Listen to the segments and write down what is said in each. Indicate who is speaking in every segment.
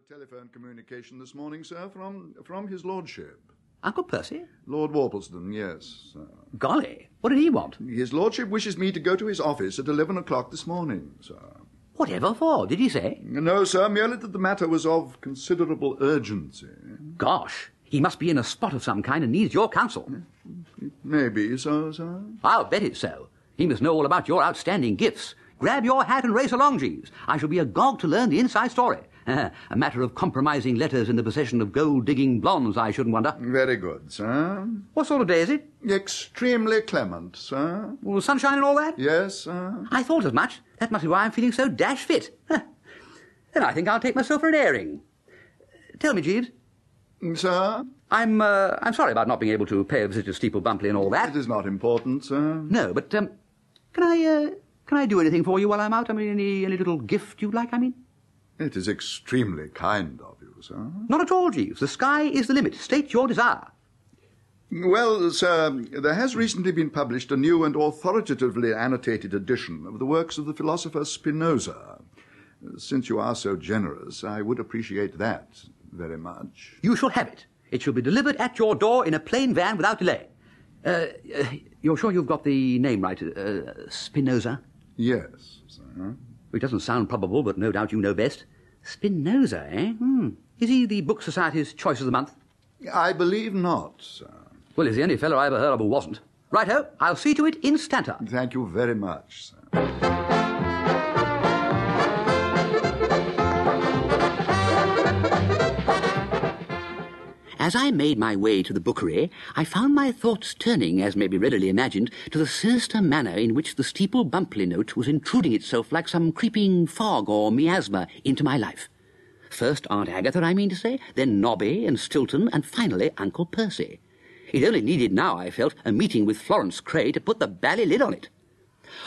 Speaker 1: telephone communication this morning, sir, from from his lordship.
Speaker 2: Uncle Percy?
Speaker 1: Lord Worplesdon, yes, sir.
Speaker 2: Golly, what did he want?
Speaker 1: His lordship wishes me to go to his office at 11 o'clock this morning, sir.
Speaker 2: Whatever for, did he say?
Speaker 1: No, sir, merely that the matter was of considerable urgency.
Speaker 2: Gosh, he must be in a spot of some kind and needs your counsel.
Speaker 1: Maybe so, sir.
Speaker 2: I'll bet it's so. He must know all about your outstanding gifts. Grab your hat and race along, Jeeves. I shall be agog to learn the inside story. Eh, a matter of compromising letters in the possession of gold digging blondes, I shouldn't wonder.
Speaker 1: Very good, sir.
Speaker 2: What sort of day is it?
Speaker 1: Extremely clement, sir.
Speaker 2: All the sunshine and all that?
Speaker 1: Yes, sir.
Speaker 2: I thought as much. That must be why I'm feeling so dash fit. Huh. Then I think I'll take myself for an airing. Tell me, Jeeves,
Speaker 1: Sir,
Speaker 2: I'm uh, I'm sorry about not being able to pay a visit to Steeple Bumpley and all
Speaker 1: it
Speaker 2: that.
Speaker 1: is not important, sir.
Speaker 2: No, but um, can I uh, can I do anything for you while I'm out? I mean, any any little gift you like? I mean,
Speaker 1: It is extremely kind of you, sir.
Speaker 2: not at all, Jeeves. The sky is the limit. State your desire.
Speaker 1: Well, sir, there has recently been published a new and authoritatively annotated edition of the works of the philosopher Spinoza. Since you are so generous, I would appreciate that very much.
Speaker 2: You shall have it. It shall be delivered at your door in a plain van without delay. Uh, uh, you're sure you've got the name right, uh, Spinoza?
Speaker 1: Yes, sir.
Speaker 2: It doesn't sound probable, but no doubt you know best. Spinoza, eh? Hmm. Is he the Book Society's choice of the month?
Speaker 1: I believe not, sir.
Speaker 2: Well, he's the only fellow I ever heard of who wasn't. Righto, I'll see to it instanter.
Speaker 1: Thank you very much, sir.
Speaker 2: As I made my way to the bookery, I found my thoughts turning, as may be readily imagined, to the sinister manner in which the steeple bumpley note was intruding itself like some creeping fog or miasma into my life. First Aunt Agatha, I mean to say, then Nobby and Stilton, and finally Uncle Percy. It only needed now, I felt, a meeting with Florence Cray to put the bally lid on it.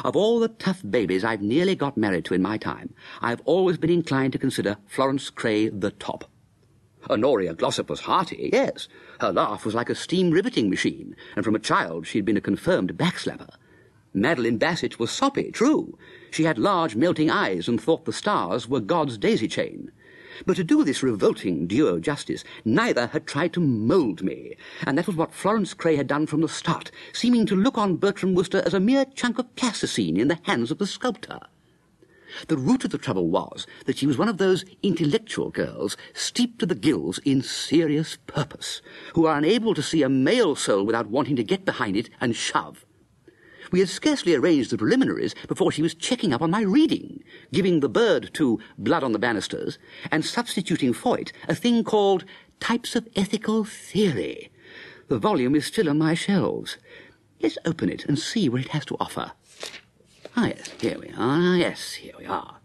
Speaker 2: Of all the tough babies I've nearly got married to in my time, I've always been inclined to consider Florence Cray the top. Honoria Glossop was hearty, yes. Her laugh was like a steam riveting machine, and from a child she had been a confirmed backslapper. Madeline Bassett was soppy, true. She had large melting eyes and thought the stars were God's daisy chain. But to do this revolting duo justice, neither had tried to mould me, and that was what Florence Cray had done from the start, seeming to look on Bertram Wooster as a mere chunk of plasticine in the hands of the sculptor. The root of the trouble was that she was one of those intellectual girls steeped to the gills in serious purpose, who are unable to see a male soul without wanting to get behind it and shove. We had scarcely arranged the preliminaries before she was checking up on my reading, giving the bird to Blood on the Banisters, and substituting for it a thing called Types of Ethical Theory. The volume is still on my shelves. Let's open it and see what it has to offer. Ah, yes, here we are. Ah, Yes, here we are.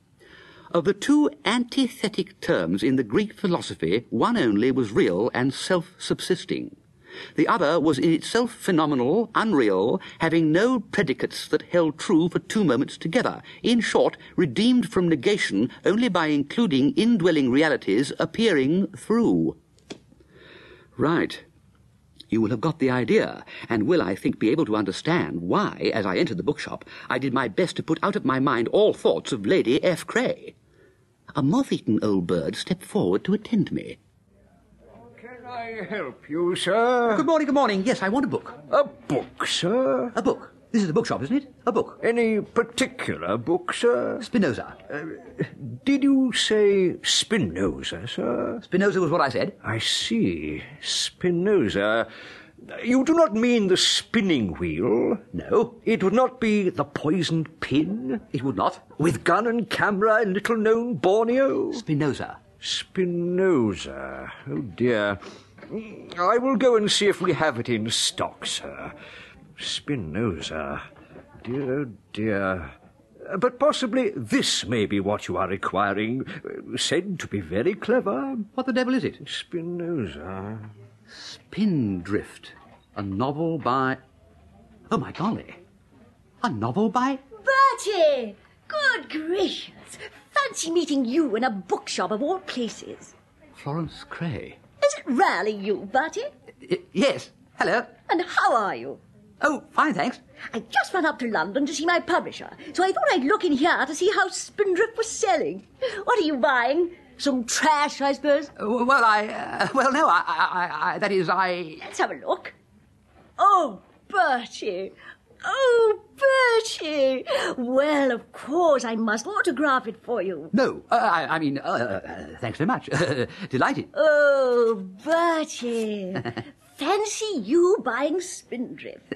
Speaker 2: Of the two antithetic terms in the Greek philosophy, one only was real and self subsisting. The other was in itself phenomenal, unreal, having no predicates that held true for two moments together. In short, redeemed from negation only by including indwelling realities appearing through. Right. You will have got the idea, and will, I think, be able to understand why, as I entered the bookshop, I did my best to put out of my mind all thoughts of Lady F. Cray. A moth-eaten old bird stepped forward to attend me.
Speaker 3: Can I help you, sir?
Speaker 2: Good morning, good morning. Yes, I want a book.
Speaker 3: A book, sir?
Speaker 2: A book. This is the bookshop, isn't it? A book.
Speaker 3: Any particular book, sir?
Speaker 2: Spinoza. Uh,
Speaker 3: Did you say Spinoza, sir?
Speaker 2: Spinoza was what I said.
Speaker 3: I see. Spinoza. You do not mean the spinning wheel?
Speaker 2: No,
Speaker 3: It would not be the poisoned pin?
Speaker 2: it would not.
Speaker 3: With gun and camera in little known Borneo?
Speaker 2: Spinoza.
Speaker 3: Spinoza. Oh dear. I will go and see if we have it in stock, sir. Spinoza. Dear, oh dear. Uh, But possibly this may be what you are requiring. Uh, Said to be very clever.
Speaker 2: What the devil is it?
Speaker 3: Spinoza.
Speaker 2: Spindrift. A novel by. Oh, my golly. A novel by.
Speaker 4: Bertie! Good gracious! Fancy meeting you in a bookshop of all places.
Speaker 2: Florence Cray.
Speaker 4: Is it really you, Bertie?
Speaker 2: Y- yes. Hello.
Speaker 4: And how are you?
Speaker 2: Oh, fine, thanks.
Speaker 4: I just ran up to London to see my publisher, so I thought I'd look in here to see how Spindrift was selling. What are you buying? Some trash, I suppose.
Speaker 2: Uh, Well, I. Uh, well, no, I, I, I- I. That is, I.
Speaker 4: Let's have a look. Oh, Bertie. Oh, Bertie. Well, of course, I must autograph it for you.
Speaker 2: No, uh, I, I mean, uh, uh, thanks so much. Delighted.
Speaker 4: Oh, Bertie. Fancy you buying Spindrift.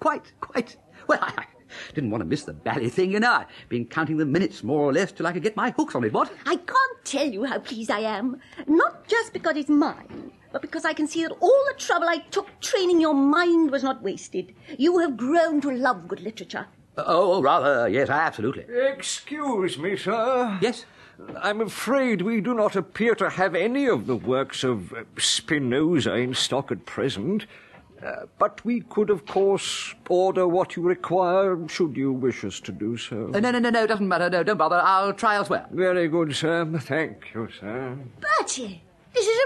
Speaker 2: quite, quite. Well, I, I didn't want to miss the bally thing, you know. I've been counting the minutes more or less till I could get my hooks on it. What?
Speaker 4: I can't tell you how pleased I am. Not just because it's mine, but because I can see that all the trouble I took training your mind was not wasted. You have grown to love good literature.
Speaker 2: Oh, oh, rather, yes, absolutely.
Speaker 3: Excuse me, sir.
Speaker 2: Yes.
Speaker 3: I'm afraid we do not appear to have any of the works of uh, Spinoza in stock at present. Uh, but we could, of course, order what you require, should you wish us to do so.
Speaker 2: Uh, no, no, no, no, doesn't matter. No, don't bother. I'll try elsewhere.
Speaker 3: Very good, sir. Thank you, sir.
Speaker 4: Bertie, this is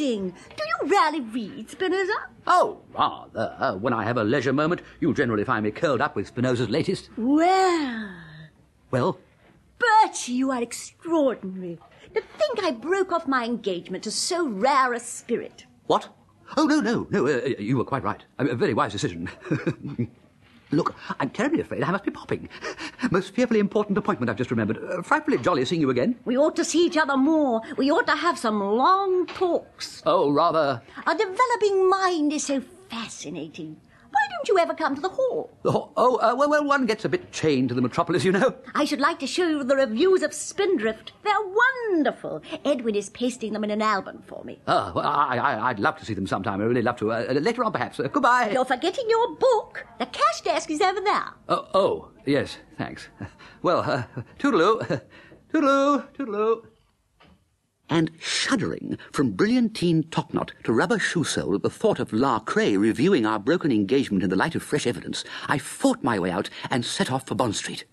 Speaker 4: amazing. Do you rarely read Spinoza?
Speaker 2: Oh, rather. When I have a leisure moment, you generally find me curled up with Spinoza's latest.
Speaker 4: Well,
Speaker 2: Well,
Speaker 4: Bertie, you are extraordinary. To think I broke off my engagement to so rare a spirit.
Speaker 2: what? Oh, no, no, no, uh, you were quite right. A very wise decision. Look, I'm terribly afraid I must be popping. Most fearfully important appointment I've just remembered. Uh, frightfully jolly seeing you again.
Speaker 4: We ought to see each other more. We ought to have some long talks.
Speaker 2: Oh, rather.
Speaker 4: A developing mind is so fascinating. Why don't you ever come to the hall?
Speaker 2: Oh, oh uh, well, well, one gets a bit chained to the metropolis, you know.
Speaker 4: I should like to show you the reviews of Spindrift. They're wonderful. Edwin is pasting them in an album for me.
Speaker 2: Oh, well, I, I, I'd love to see them sometime. I really love to. Uh, uh, later on, perhaps. Uh, goodbye.
Speaker 4: You're forgetting your book. The cash desk is over there.
Speaker 2: Oh, oh, yes, thanks. Well, uh, toodaloo, toodaloo, toodaloo. And shuddering from brilliantine topknot to rubber shoe sole at the thought of La Craye reviewing our broken engagement in the light of fresh evidence, I fought my way out and set off for Bond Street.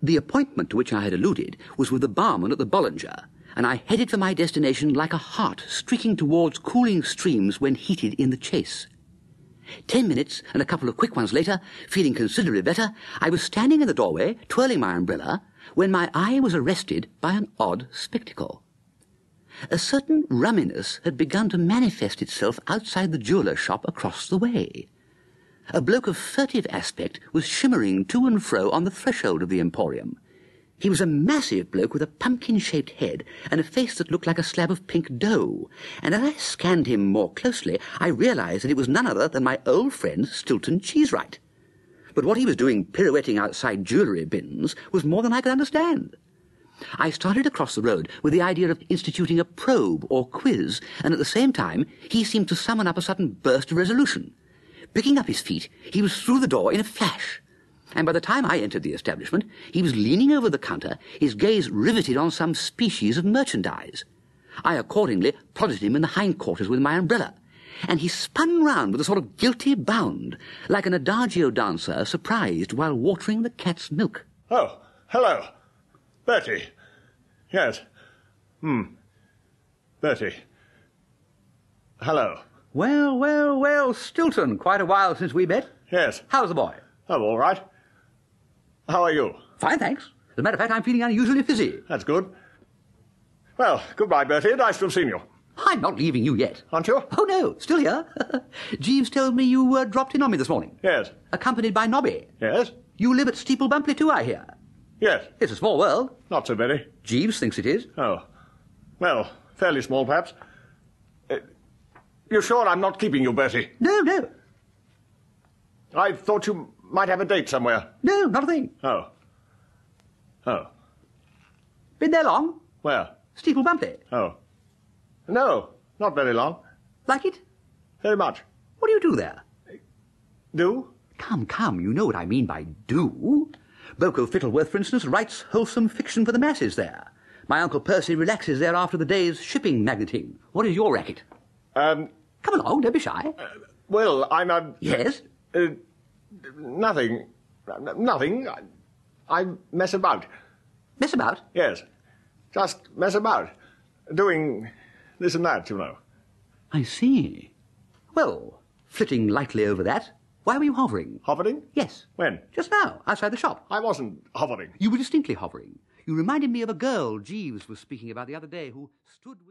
Speaker 2: The appointment to which I had alluded was with the barman at the Bollinger, and I headed for my destination like a hart streaking towards cooling streams when heated in the chase. Ten minutes and a couple of quick ones later, feeling considerably better, I was standing in the doorway, twirling my umbrella, when my eye was arrested by an odd spectacle. A certain rumminess had begun to manifest itself outside the jeweller's shop across the way. A bloke of furtive aspect was shimmering to and fro on the threshold of the emporium. He was a massive bloke with a pumpkin shaped head and a face that looked like a slab of pink dough. And as I scanned him more closely, I realized that it was none other than my old friend Stilton Cheesewright. But what he was doing pirouetting outside jewellery bins was more than I could understand. I started across the road with the idea of instituting a probe or quiz, and at the same time he seemed to summon up a sudden burst of resolution. Picking up his feet, he was through the door in a flash. And by the time I entered the establishment, he was leaning over the counter, his gaze riveted on some species of merchandise. I accordingly prodded him in the hindquarters with my umbrella, and he spun round with a sort of guilty bound, like an adagio dancer surprised while watering the cat's milk.
Speaker 5: Oh, hello. Bertie. Yes. Hmm. Bertie. Hello.
Speaker 2: Well, well, well, Stilton, quite a while since we met.
Speaker 5: Yes.
Speaker 2: How's the boy?
Speaker 5: I'm all right. How are you?
Speaker 2: Fine, thanks. As a matter of fact, I'm feeling unusually fizzy.
Speaker 5: That's good. Well, goodbye, Bertie. Nice to have seen you.
Speaker 2: I'm not leaving you yet.
Speaker 5: Aren't you?
Speaker 2: Oh, no, still here. Jeeves told me you uh, dropped in on me this morning,
Speaker 5: Yes.
Speaker 2: accompanied by Nobby.
Speaker 5: Yes?
Speaker 2: You live at Steeple Bumpley, too, I hear.
Speaker 5: Yes.
Speaker 2: It's a small world.
Speaker 5: Not so many.
Speaker 2: Jeeves thinks it is.
Speaker 5: Oh. Well, fairly small, perhaps. Uh, you sure I'm not keeping you, Bertie?
Speaker 2: No, no,
Speaker 5: I thought you might have a date somewhere.
Speaker 2: no, not a thing.
Speaker 5: Oh. Oh.
Speaker 2: Been there long?
Speaker 5: Where?
Speaker 2: Steeple Bumpley.
Speaker 5: Oh. No, not very long.
Speaker 2: Like it?
Speaker 5: Very much.
Speaker 2: What do you do there?
Speaker 5: Do?
Speaker 2: Come, come, you know what I mean by do. Boko Fittleworth, for instance, writes wholesome fiction for the masses there. My Uncle Percy relaxes there after the day's shipping magneting. What is your racket?
Speaker 5: Um, uh,
Speaker 2: Come along, don't be shy.
Speaker 5: well, I'm, um,
Speaker 2: Yes?
Speaker 5: uh, nothing. N- Nothing. I, I mess about.
Speaker 2: Mess about?
Speaker 5: Yes. Just mess about. Doing this and that, you know.
Speaker 2: I see. Well, flitting lightly over that, why were you hovering?
Speaker 5: Hovering?
Speaker 2: Yes.
Speaker 5: When?
Speaker 2: Just now, outside the shop.
Speaker 5: I wasn't hovering.
Speaker 2: You were distinctly hovering. You reminded me of a girl Jeeves was speaking about the other day who stood with.